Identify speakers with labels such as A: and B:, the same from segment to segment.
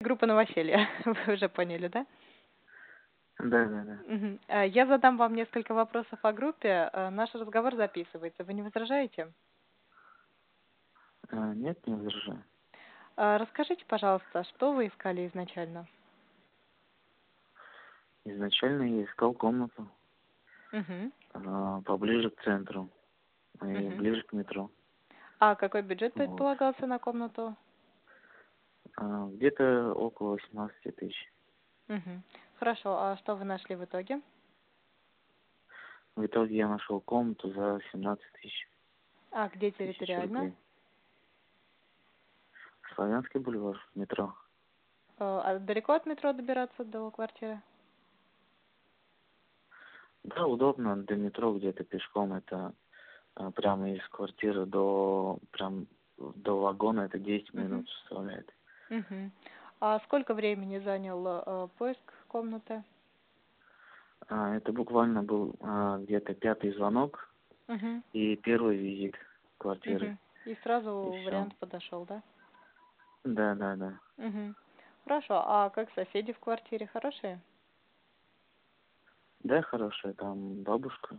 A: Группа новоселья, вы уже поняли, да?
B: Да, да, да.
A: Мгм. Э, Я задам вам несколько вопросов о группе. Э, Наш разговор записывается. Вы не возражаете?
B: А, нет, не возражаю.
A: Э, Расскажите, пожалуйста, что вы искали изначально?
B: Изначально я искал комнату
A: Мгм.
B: а, поближе к центру а, и
A: Мгм.
B: ближе к метро.
A: А какой бюджет
B: Вот.
A: предполагался на комнату?
B: А, где-то около 18 тысяч.
A: Мгм. Хорошо, а что вы нашли в итоге?
B: В итоге я нашел комнату за 17 тысяч.
A: А где
B: тысяч
A: территориально?
B: рублей. Славянский бульвар, метро.
A: Э, А далеко от метро добираться до квартиры?
B: Да, удобно, до метро где-то пешком, это а, прямо из квартиры до, прям до вагона, это 10
A: Мгм.
B: минут составляет.
A: Мгм. А сколько времени занял э, поиск комнаты?
B: А, это буквально был а, где-то пятый звонок,
A: Мгм.
B: и первый визит квартиры.
A: Мгм. И сразу
B: всё.
A: вариант подошел, да?
B: Да, да, да.
A: Мгм. Хорошо. А как соседи в квартире хорошие?
B: Да, хорошая там бабушка,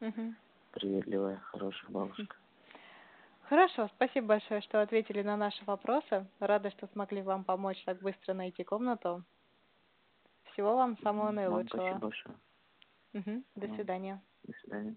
A: Мгм.
B: приветливая, хорошая бабушка.
A: Хорошо, спасибо большое, что ответили на наши вопросы. Рада, что смогли вам помочь так быстро найти комнату. Всего вам самого
B: М, вам Спасибо
A: наилучшего.
B: большое.
A: Мгм. До
B: Мгм.
A: свидания.
B: До свидания.